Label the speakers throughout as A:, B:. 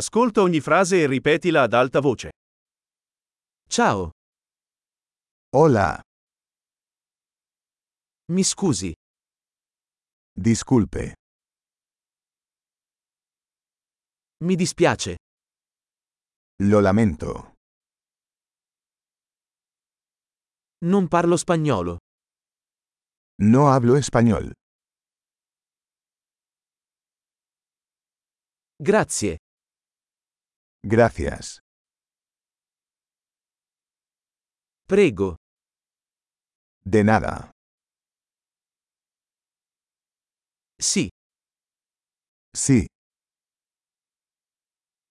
A: Ascolta ogni frase e ripetila ad alta voce. Ciao,
B: Hola,
A: mi scusi,
B: disculpe,
A: mi dispiace,
B: lo lamento,
A: non parlo spagnolo,
B: no hablo español,
A: grazie,
B: gracias,
A: prego,
B: de nada,
A: sì,
B: sí,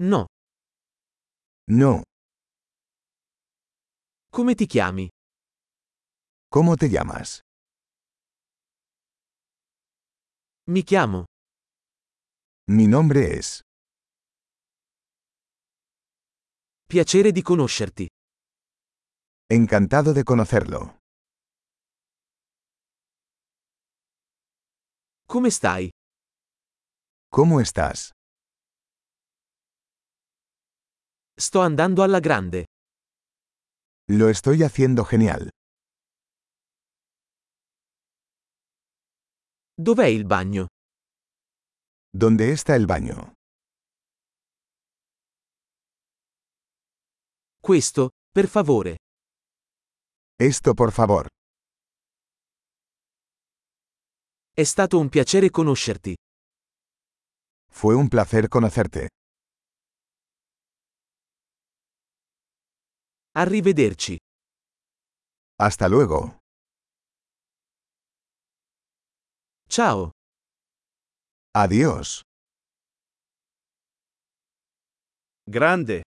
A: no,
B: no,
A: come ti chiami?
B: ¿cómo te llamas?
A: Mi chiamo,
B: Mi nombre es,
A: piacere di conoscerti.
B: encantado de conocerlo,
A: Come stai?
B: ¿cómo estás?
A: Sto andando alla grande.
B: Lo estoy haciendo genial,
A: Dov'è il bagno?
B: ¿dónde está el baño?
A: Questo, per favore.
B: Esto por favor,
A: È stato un piacere conoscerti.
B: fue un placer conocerte,
A: Arrivederci.
B: hasta luego,
A: Ciao,
B: adiós.
A: Grande,